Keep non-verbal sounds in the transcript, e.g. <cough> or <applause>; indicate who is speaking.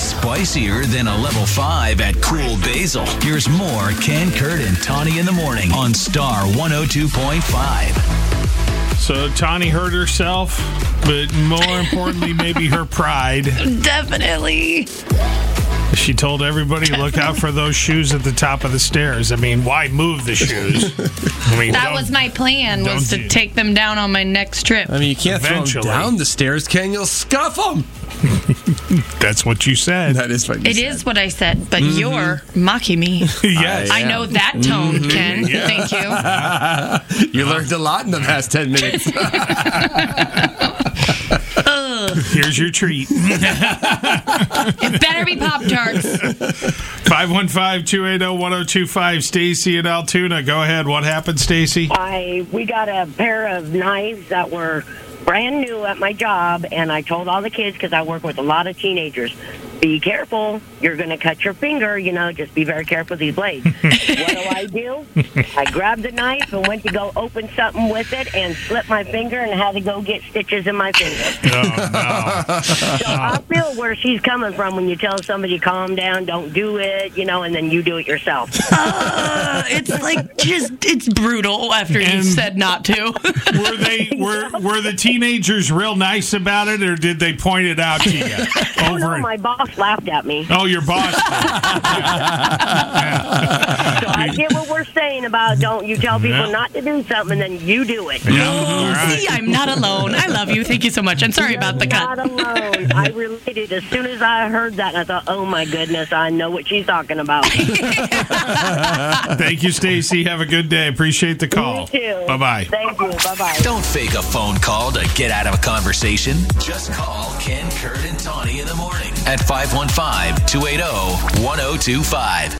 Speaker 1: spicier than a level 5 at Cool Basil. Here's more Ken Kurt and Tawny in the morning on Star 102.5.
Speaker 2: So Tawny hurt herself, but more importantly, maybe her pride.
Speaker 3: Definitely.
Speaker 2: She told everybody, "Look out for those shoes at the top of the stairs." I mean, why move the shoes? I mean,
Speaker 3: That
Speaker 2: don't-
Speaker 3: was my plan was
Speaker 2: don't
Speaker 3: to
Speaker 2: you-
Speaker 3: take them down on my next trip.
Speaker 4: I mean, you can't throw
Speaker 2: Eventually.
Speaker 4: them down the stairs, can you? will scuff them.
Speaker 2: That's what you said.
Speaker 4: That is what you
Speaker 3: It
Speaker 4: said.
Speaker 3: is what I said, but
Speaker 2: Mm-hmm.
Speaker 3: you're mocking
Speaker 2: <laughs> <laughs>
Speaker 3: me.
Speaker 2: yes.
Speaker 3: I
Speaker 4: Yeah.
Speaker 3: know that tone,
Speaker 2: Mm-hmm. <laughs>
Speaker 3: Ken. Thank you.
Speaker 4: You learned a lot in the past 10
Speaker 3: <laughs>
Speaker 4: minutes.
Speaker 2: Here's your treat.
Speaker 3: It better be
Speaker 2: <laughs>
Speaker 3: Pop Tarts.
Speaker 2: oh, 515-280-1025. Stacy in Altoona. Go ahead. What happened, Stacy?
Speaker 5: I we got a pair of knives that were brand new at my job, and I told all the kids because I work with a lot of teenagers, be careful. You're going to cut your finger. You know, just be very careful with these blades. what do I do? I grabbed the knife and went to go open something with it, and slipped my finger and had to go get stitches in my finger.
Speaker 2: <laughs> Oh, no.
Speaker 5: So I feel where she's coming from when you tell somebody calm down, don't do it, you know, and then you do it yourself.
Speaker 3: Uh, it's like just it's brutal after you
Speaker 2: And-
Speaker 3: said
Speaker 2: <laughs>
Speaker 3: not to.
Speaker 2: Were they were were the teenagers real nice about it, or did they point it out to you over?
Speaker 5: No,
Speaker 2: and-
Speaker 5: my boss laughed at me.
Speaker 2: oh, your boss.
Speaker 5: So I get what we're saying about don't you tell people
Speaker 2: Yeah.
Speaker 5: not to do something and then you do it.
Speaker 2: Yeah, Oh, all right.
Speaker 3: <laughs> See, I'm not alone. I love you. Thank you so much. I'm sorry about the
Speaker 5: Not
Speaker 3: cut.
Speaker 5: alone.
Speaker 3: <laughs>
Speaker 5: I related as soon as I heard that. I thought, oh my goodness, I know what she's talking
Speaker 3: <laughs>
Speaker 5: about.
Speaker 2: Thank you, Stacy. Have a good day. Appreciate the call.
Speaker 3: Oh.
Speaker 5: You too.
Speaker 2: Bye bye.
Speaker 5: Thank you. Bye bye.
Speaker 1: Don't fake a phone call to get out of a conversation. Just call oh, Ken Kurt and Tawny in the morning at 515-280-1025.